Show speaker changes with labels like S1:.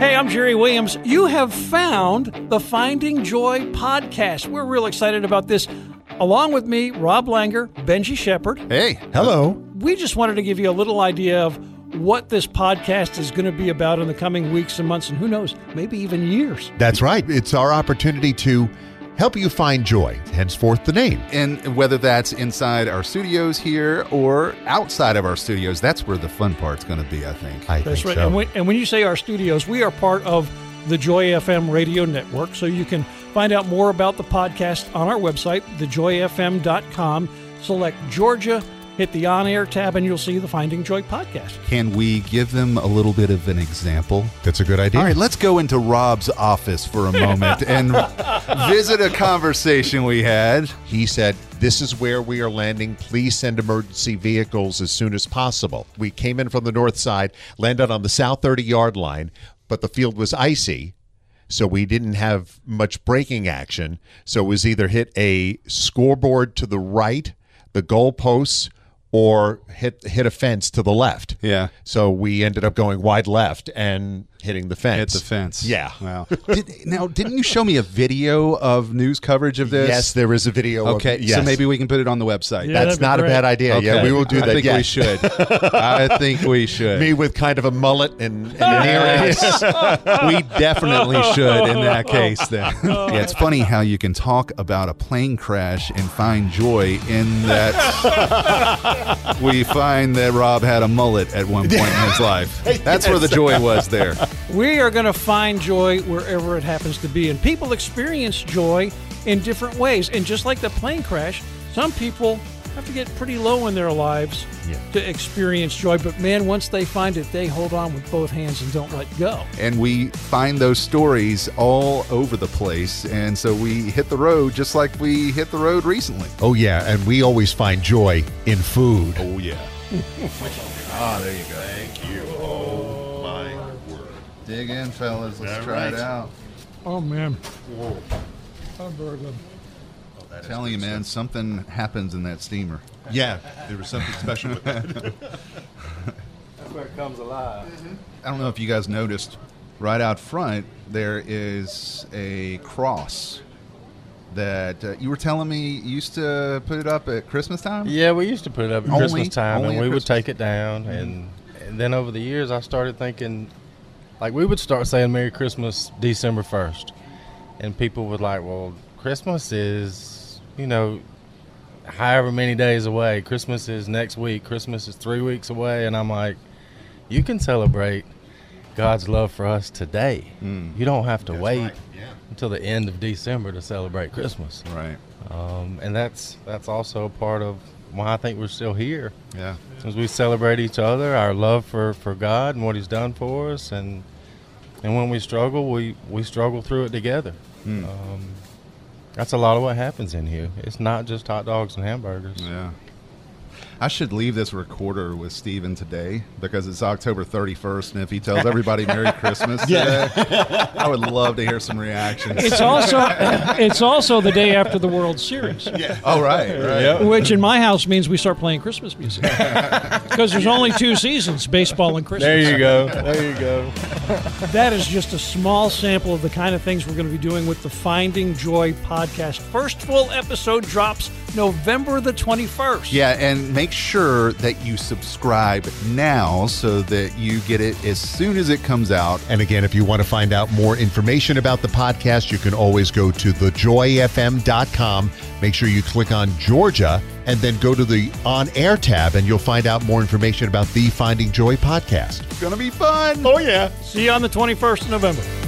S1: Hey, I'm Jerry Williams. You have found the Finding Joy podcast. We're real excited about this. Along with me, Rob Langer, Benji Shepard.
S2: Hey,
S3: Hello.
S1: We just wanted to give you a little idea of what this podcast is going to be about in the coming weeks and months, and who knows, maybe even years.
S3: That's right. It's our opportunity to help you find joy, henceforth the name.
S2: and whether that's inside our studios here or outside of our studios, that's where the fun part's going to be, I think.
S3: I
S1: That's right.
S3: think so.
S1: And, when, and when you say our studios, we are part of the Joy FM radio network. So you can find out more about the podcast on our website, thejoyfm.com. Select Georgia, hit the on air tab, and you'll see the Finding Joy podcast.
S2: Can we give them a little bit of an example?
S3: That's a good idea.
S2: All right, let's go into Rob's office for a moment and visit a conversation we had.
S3: He said, This is where we are landing. Please send emergency vehicles as soon as possible. We came in from the north side, landed on the south 30 yard line, but the field was icy. So we didn't have much braking action. So it was either hit a scoreboard to the right, the goalposts, or hit hit a fence to the left.
S2: Yeah.
S3: So we ended up going wide left and hitting the fence.
S2: Hit the fence.
S3: Yeah.
S2: Wow. Did, now, didn't you show me a video of news coverage of this?
S3: Yes, there is a video. of-
S2: Okay.
S3: yes.
S2: So maybe we can put it on the website.
S1: Yeah, that'd
S3: that's
S1: be
S3: not a
S1: great.
S3: bad idea. Yeah,
S2: Okay.
S3: we will do
S2: I
S3: that.
S2: think we
S3: yes.
S2: should. I think we should.
S3: me with kind of a mullet and, and an earring.
S2: Yes. we definitely should in that case then. yeah, it's funny how you can talk about a plane crash and find joy in that we find that Rob had a mullet at one point in his life. That's where the joy was there.
S1: We are going to find joy wherever it happens to be. And people experience joy in different ways. And just like the plane crash, some people have to get pretty low in their lives
S3: Yeah.
S1: to experience joy. But man, once they find it, they hold on with both hands and don't let go.
S2: And we find those stories all over the place. And so we hit the road just like we hit the road recently.
S3: Oh yeah, and we always find joy in food.
S2: Oh yeah. ah, there you go. Thank you. Oh my Oh, word. Dig in, fellas. Let's try it out.
S1: Oh man. I'm burgling.
S2: Telling you, man, something happens in that steamer.
S3: Yeah, there was something special with that.
S4: where it comes alive.
S2: I don't know if you guys noticed, right out front there is a cross that uh, you were telling me you used to put it up at Christmas time.
S4: Yeah, we used to put it up at
S2: Only-
S4: Christmas time,
S2: only
S4: and
S2: at
S4: we
S2: Christmas.
S4: would take it down, and and then over the years, I started thinking, like we would start saying Merry Christmas December first, and people would like, well, Christmas is you know, however many days away. Christmas is next week. Christmas is three weeks away, and I'm like, you can celebrate God's love for us today.
S2: Mm.
S4: You don't have to wait until the end of December to celebrate Christmas.
S2: Right.
S4: Um, and that's that's also a part of why I think we're still here,
S2: Yeah.
S4: as we celebrate each other, our love for, for God and what He's done for us, and and when we struggle, we we struggle through it together. Um, that's a lot of what happens in here. It's not just hot dogs and hamburgers.
S2: Yeah. I should leave this recorder with Steven today because it's October 31st, and if he tells everybody Merry Christmas today, I would love to hear some reactions.
S1: It's also it's also the day after the World Series,
S2: oh, right, right.
S1: which in my house means we start playing Christmas music because there's only two seasons: baseball and Christmas.
S4: There you go. There you go.
S1: That is just a small sample of the kind of things we're going to be doing with the Finding Joy podcast. First full episode drops November the 21st.
S2: Yeah, and make sure that you subscribe now so that you get it as soon as it comes out.
S3: And again, if you want to find out more information about the podcast, you can always go to thejoyfm.com. Make sure you click on Georgia and then go to the on air tab and you'll find out more information about the Finding Joy podcast.
S2: It's going to be fun.
S3: Oh yeah.
S1: See you on the 21st of November.